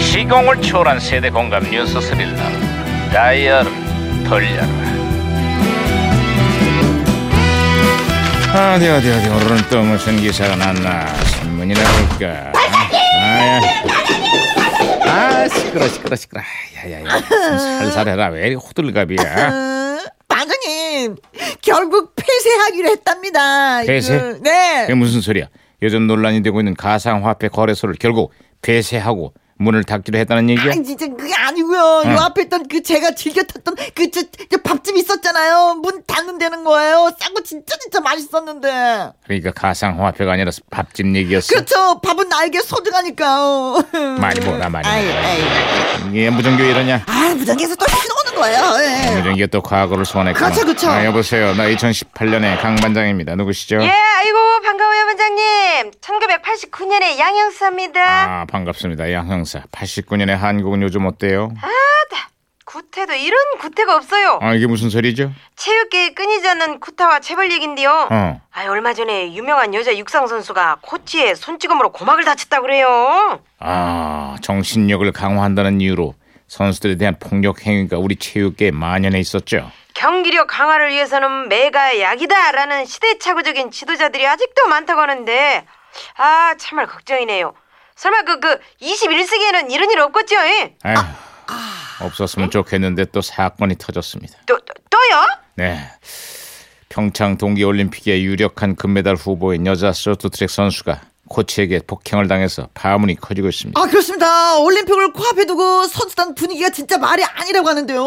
시공을 초월한 세대 공감 뉴스 스릴러 다이얼을 돌려라 어디 어디 어디 오늘은 또 무슨 기사가 났나 신문이나 볼까 반장님 반장님 아 시끄러 시끄러 시끄러 아, 야야야 살살해라 왜 이리 호들갑이야 어, 마그님 결국 폐쇄하기로 했답니다. 폐쇄? 이거, 네. 그게 무슨 소리야? 요즘 논란이 되고 있는 가상화폐 거래소를 결국 폐쇄하고 문을 닫기로 했다는 얘기야? 아니 진짜 그게 아니고요. 응. 요 앞에 있던 그 제가 즐겨 탔던 그 저, 저 밥집 있었잖아요. 문 닫는다는 거예요. 싼거 진짜 진짜 맛있었는데. 그러니까 가상화폐가 아니라 밥집 얘기였어. 그렇죠. 밥은 나에게 소중하니까요. 많이 먹어라, 많이 아이, 먹어라. 아이. 이게 무전교 이러냐? 아 무전기에서 또 신호오는 거예요. 예. 무전기가 또 과거를 소환했구나. 그렇죠, 그렇죠. 아, 여보세요. 나 2018년의 강 반장입니다. 누구시죠? 예, 아이고 반가워요 반장님. 1989년에 양형사입니다. 아 반갑습니다. 양 형사. 89년의 한국은 요즘 어때요? 구태도 이런 구태가 없어요. 아 이게 무슨 소리죠? 체육계에 끊이지 않는 구타와 체벌 얘긴데요. 어. 아, 얼마 전에 유명한 여자 육상 선수가 코치의 손찌검으로 고막을 다쳤다 그래요. 아 정신력을 강화한다는 이유로 선수들에 대한 폭력 행위가 우리 체육계에 만연해 있었죠. 경기력 강화를 위해서는 매가 약이다라는 시대착오적인 지도자들이 아직도 많다고 하는데 아 참말 걱정이네요. 설마 그 그 21세기에는 이런 일 없겠죠? 예? 아휴, 없었으면 좋겠는데 또 사건이 터졌습니다. 또 또- 또요? 네. 평창 동계올림픽의 유력한 금메달 후보인 여자 쇼트트랙 선수가 코치에게 폭행을 당해서 파문이 커지고 있습니다. 아 그렇습니다. 올림픽을 코앞에 두고 선수단 분위기가 진짜 말이 아니라고 하는데요.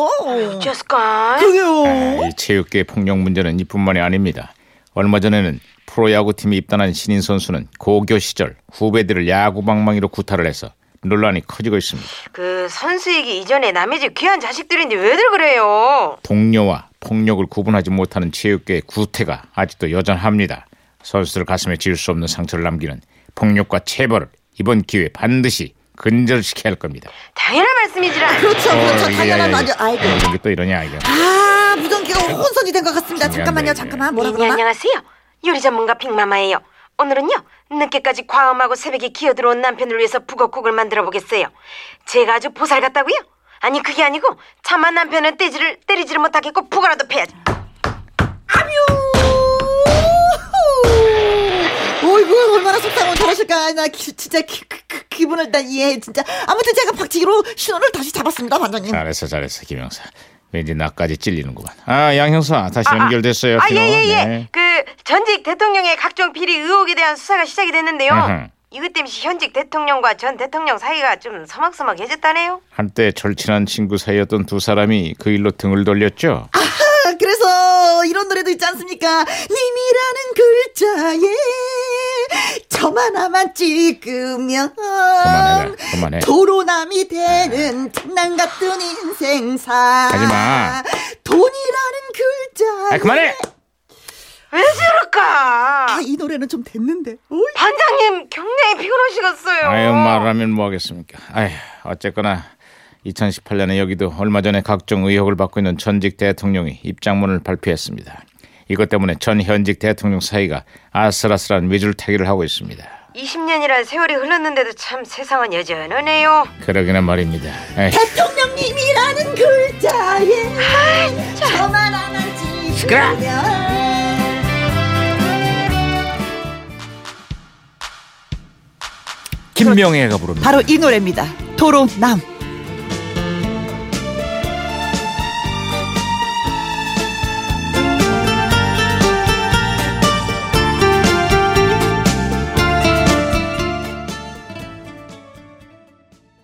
어째서까? 그게요. 아, 이 체육계 폭력 문제는 이뿐만이 아닙니다. 얼마 전에는 프로야구팀에 입단한 신인 선수는 고교 시절 후배들을 야구방망이로 구타를 해서 논란이 커지고 있습니다. 그 선수 얘기 이전에 남의 집 귀한 자식들인데 왜들 그래요? 동료와 폭력을 구분하지 못하는 체육계의 구태가 아직도 여전합니다. 선수들 가슴에 지울 수 없는 상처를 남기는 폭력과 체벌을 이번 기회에 반드시 근절시켜야 할 겁니다. 당연한 말씀이지라. 그렇죠. 그렇죠. 어, 예, 당연한 예, 예. 말이죠. 아이고. 이게 또 이러냐 이게. 아 무전기가 혼선이 된 것 같습니다. 네, 잠깐만요, 네. 잠깐만 네, 뭐라 그러나? 안녕하세요. 요리 전문가 빅마마예요. 오늘은요 늦게까지 과음하고 새벽에 기어 들어온 남편을 위해서 북어국을 만들어 보겠어요. 제가 아주 보살 같다고요? 아니 그게 아니고 참한 남편은 떼지를 때리지를 못하겠고 북어라도 패야죠. 어이구 얼마나 속상한 잘하실까? 나 기, 진짜 기, 기- 기- 기분을 다 이해해 진짜. 아무튼 제가 박치기로 신호를 다시 잡았습니다, 반장님. 잘했어 잘했어 김 형사. 왠지 나까지 찔리는구만. 아 양 형사 다시 연결됐어요. 아 신호. 예예예. 네. 그 전직 대통령의 각종 비리 의혹에 대한 수사가 시작이 됐는데요. 으흠. 이것 때문에 현직 대통령과 전 대통령 사이가 좀 서먹서먹해졌다네요. 한때 절친한 친구 사이였던 두 사람이 그 일로 등을 돌렸죠. 아, 그래서 이런 노래도 있지 않습니까? 님이라는 글자에 점 하나만 찍으면 그만해라, 그만해. 네. 도로남이 되는 장난 같은 인생사. 하지마. 돈이라는 글자. 아 그만해. 왜 저럴까? 아, 이 노래는 좀 됐는데. 오이. 반장님 굉장히 피곤하시겠어요. 아유 말하면 뭐하겠습니까. 아휴 어쨌거나 2018년에 여기도 얼마 전에 각종 의혹을 받고 있는 전직 대통령이 입장문을 발표했습니다. 이것 때문에 전 현직 대통령 사이가 아슬아슬한 외줄타기를 하고 있습니다. 20년이란 세월이 흘렀는데도 참 세상은 여전하네요. 그러기는 말입니다. 에이, 대통령님이라는 아, 글자에 점 하나만 찍으면. 김명애가 부릅니다. 바로 이 노래입니다. 도로남.